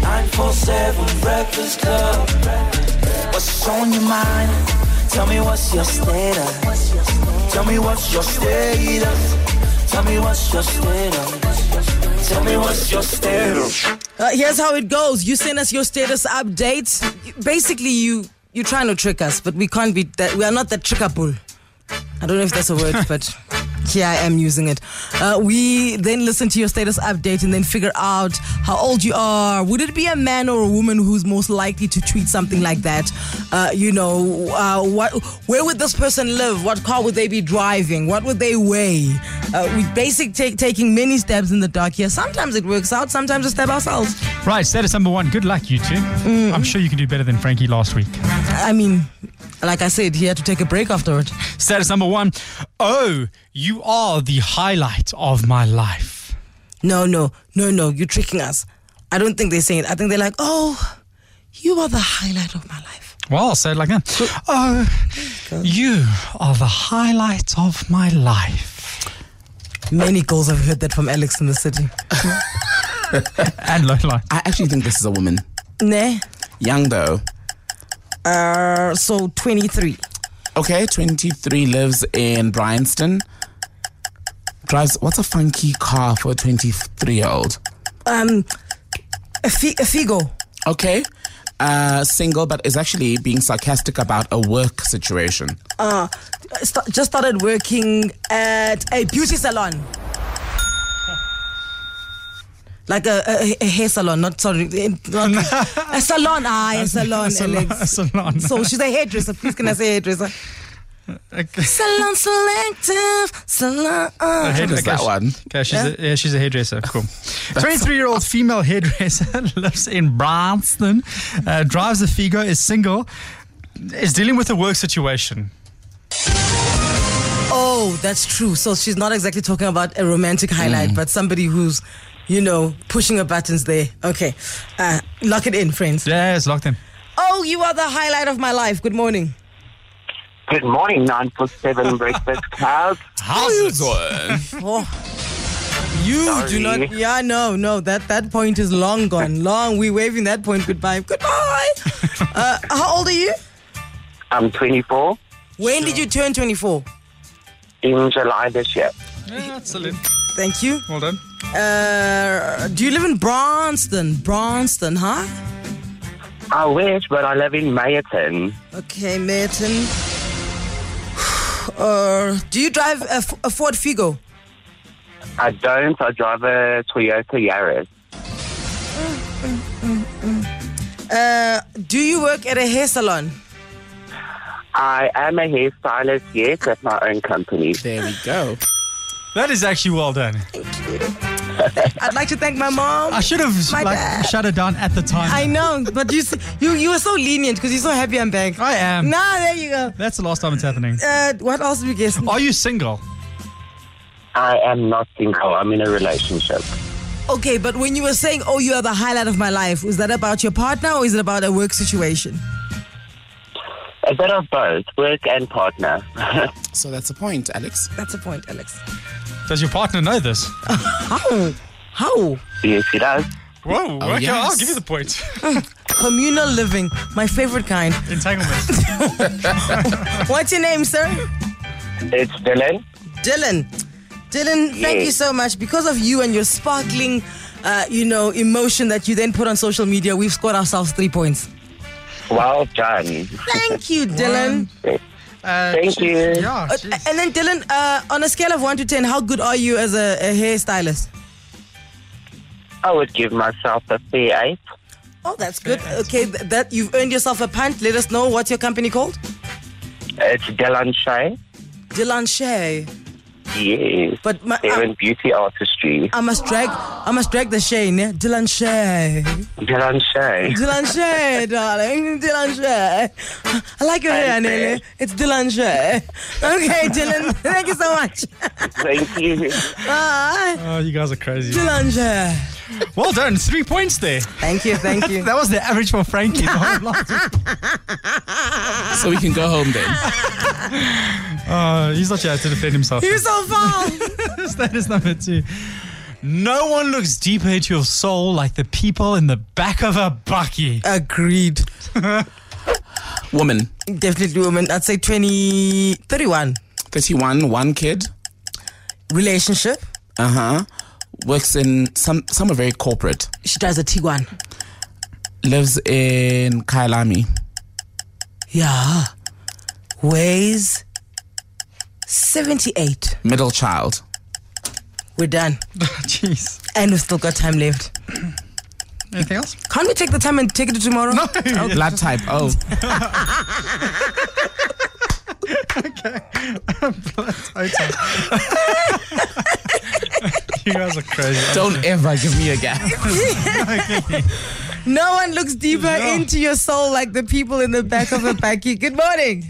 947 Breakfast Club. What's on your mind? Tell me what's your status. Tell me what's your status. Tell me what's your status. Tell me what's your status. Uh, here's how it goes. You send us your status updates. Basically, you you're trying to trick us, but we can't be that. We are not that trickable. I don't know if that's a word, but here I am using it. Uh, we then listen to your status update and then figure out how old you are. Would it be a man or a woman who's most likely to tweet something like that? Uh, you know, uh, what? Where would this person live? What car would they be driving? What would they weigh? Uh, we basically take, taking many stabs in the dark here. Sometimes it works out. Sometimes we stab ourselves. Right, status number one. Good luck, you 2 Mm. i I'm sure you can do better than Frankie last week. I mean, like I said, he had to take a break afterward. Status number one. Oh, you are the highlight of my life. No, no, no, no, you're tricking us. I don't think they're saying it. I think they're like, oh, you are the highlight of my life. Well, I'll say it like that. Oh, you are the highlight of my life. Many girls have heard that from Alex in the city. And low light. I actually think this is a woman. Nah. Young though. Uh, so 23. Okay, 23, lives in Bryanston. Drives, what's a funky car for a 23 year old? Um, a, fi- a figo. Okay. Uh, single, but is actually being sarcastic about a work situation. Uh, st- just started working at a beauty salon. Like a, a, a hair salon, not sorry, eh, not, a salon. Ah, a salon, salon, Alex. a salon. So she's a hairdresser. Please can I say hairdresser? Okay. Salon selective, salon. uh. Head- is that she- one? Okay, she's A, yeah, she's a hairdresser. Cool. 23 year old female hairdresser lives in Bryanston, uh, drives a Figo, is single, is dealing with a work situation. Oh, that's true. So she's not exactly talking about a romantic highlight, but somebody who's, you know, pushing her buttons there. Okay, uh, lock it in, friends. Yeah, it's locked in. Oh, you are the highlight of my life. Good morning. Good morning, 947 Breakfast Club. How's Oh. You do not. Yeah, no, no. That that point is long gone. Long. We waving that point goodbye. Goodbye. uh, how old are you? I'm 24 When did you turn 24? in July this year. Yeah, excellent. Thank you. Well done. Uh, do you live in Bronston? Bronston, huh? I wish, but I live in Mayerton. Okay, Merton. Uh, do you drive a, F- a Ford Figo? I don't. I drive a Toyota Yaris. Uh, do you work at a hair salon? I am a hairstylist, yes, at my own company. There we go. That is actually well done. I'd like to thank my mom. I should have My like, bad. shut her down at the time. I know, but you s- you you were so lenient because you're so happy I'm back. I am. Nah, there you go. That's the last time it's happening. Uh, what else did we guess? Are you single? I am not single. I'm in a relationship. Okay, but when you were saying, "Oh, you are the highlight of my life," was that about your partner or is it about a work situation? A bit of both, work and partner. So that's the point, Alex. That's a point, Alex. Does your partner know this? How? How? yes, he does. Whoa, okay, I'll yes. give you the point. Communal living, my favorite kind. Entanglement. What's your name, sir? It's Dylan. Dylan. Dylan, thank Yes. you so much. Because of you and your sparkling, uh, you know, emotion that you then put on social media, we've scored ourselves three points. Well done. Thank you, Dylan. Uh, Thank you. yeah, Uh, jeez. and then, Dylan, uh, on a scale of one to ten, how good are you as a, a hairstylist? I would give myself a fair eight. Oh, that's good. Okay, th- that you've earned yourself a pint. Let us know what's your company called. It's Dylan Shea. Dylan Shea. Yes. But uh, my- Seven Beauty Artistry. I must drag, I must drag the Shane, yeah? Dylan Shay. Dylan Shay. Dylan Shay, darling. Dylan Shay. I like your hair, I'm Nelly. bad. It's Dylan Shay. Okay, Dylan. Thank you so much. Thank you. Bye. Oh, you guys are crazy. uh, Dylan Shay. Well done. Three points there. Thank you, thank you. That was the average for Frankie. the whole lot. So we can go home then. Oh, he's not sure how to defend himself. You're so fun. that is number two. No one looks deeper into your soul like the people in the back of a bucky. Agreed. Woman, Definitely woman. I'd say 20, 31. 31, one kid. Relationship. Uh huh. Works in some. Some are very corporate. She drives a Tiguan. Lives in Kailami. Yeah. Weighs 78. Middle child. We're done. Jeez. And we've still got time left. Anything else? Can't we take the time and take it to tomorrow? No. Blood type. Oh, You guys are crazy. don't ever give me a gap. one looks deeper into your soul like the people in the back of a backy. Good morning.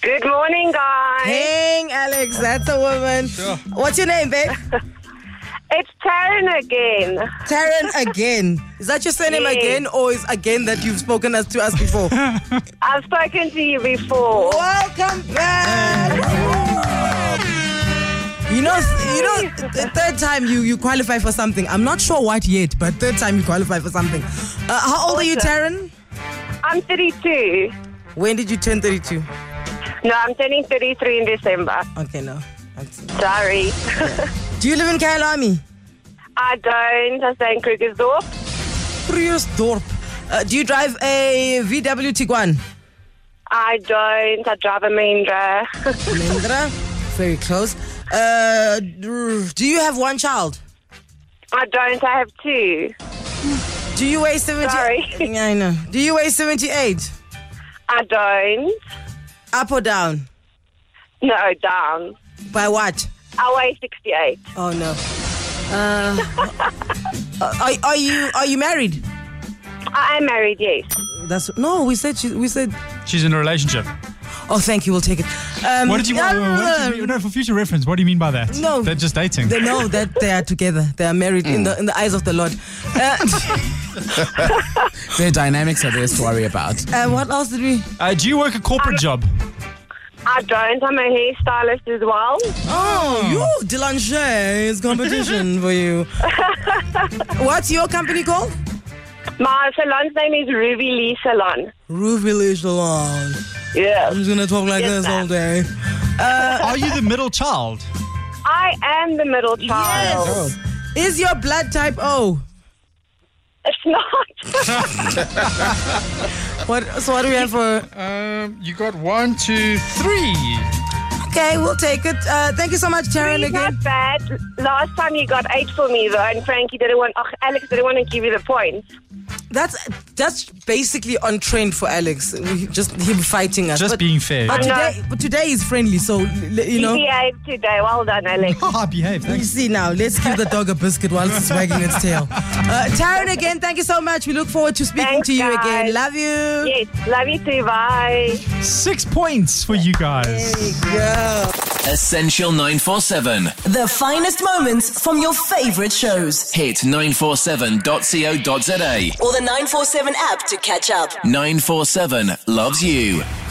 Good morning, guys. Dang, Alex, that's a woman. What's your name, babe? It's Taryn again. Taryn again. Is that your surname Yes. again, or is again that you've spoken us to us before? I've spoken to you before. Welcome back. You know, you know, the third time you, you qualify for something. I'm not sure what yet, but third time you qualify for something. Uh, how old are you, Taryn? I'm 32. When did you turn 32? No, I'm turning 33 in December. Okay, no. That's- Sorry. Do you live in Kailami? I don't. I stay in Krugersdorp. Priersdorp. Uh, do you drive a VW Tiguan? I don't. I drive a Mahindra. Lindra? Very close. Uh, do you have one child? I don't. I have two. Do you weigh 70? Sorry. Yeah, I know. Do you weigh 78? I don't. Up or down? No, down. By what? I weigh 68. Oh no. Uh, are, are you are you married? I am married, yes. That's no. We said she, we said. She's in a relationship. Oh, thank you. We'll take it. Um, What did you want? No, no, What did you, no, for future reference, what do you mean by that? No. They're just dating. They know that they are together. They are married Mm. in the in the eyes of the Lord. Uh, Their dynamics are theirs to worry about. uh, what else did we? Uh, do you work a corporate job? I don't. I'm a hairstylist as well. Oh, Hmm. you Delange is competition for you. What's your company called? My salon's name is Ruby Lee Salon. Ruby Salon. Yeah. I'm just gonna talk like Yes, this all day. ma'am. Are you the middle child? I am the middle Oh. child. Is your blood type O? It's not. What? So what do we have for? Um, you got one, two, three. Okay, we'll take it. Uh, thank you so much, Taryn. It's Again. not bad. Last time you got eight for me though, and Frankie didn't want. Oh, Alex didn't want to give you the point. That's that's basically on trend for Alex. We just him fighting us. Just but, being fair. but I know. today, but today is friendly, so l- l- you know. He behaved today. Well done, Alex. Ah, behave. You Thanks. see now, let's give the dog a biscuit whilst it's wagging its tail. Uh, Taryn, again, thank you so much. We look forward to speaking Thanks, to you again. guys. Love you. yes, love you too. Bye. Six points for you guys. Essential 947. The finest moments from your favorite shows. Hit 947.co.za. Or the 947 app to catch up. 947 loves you.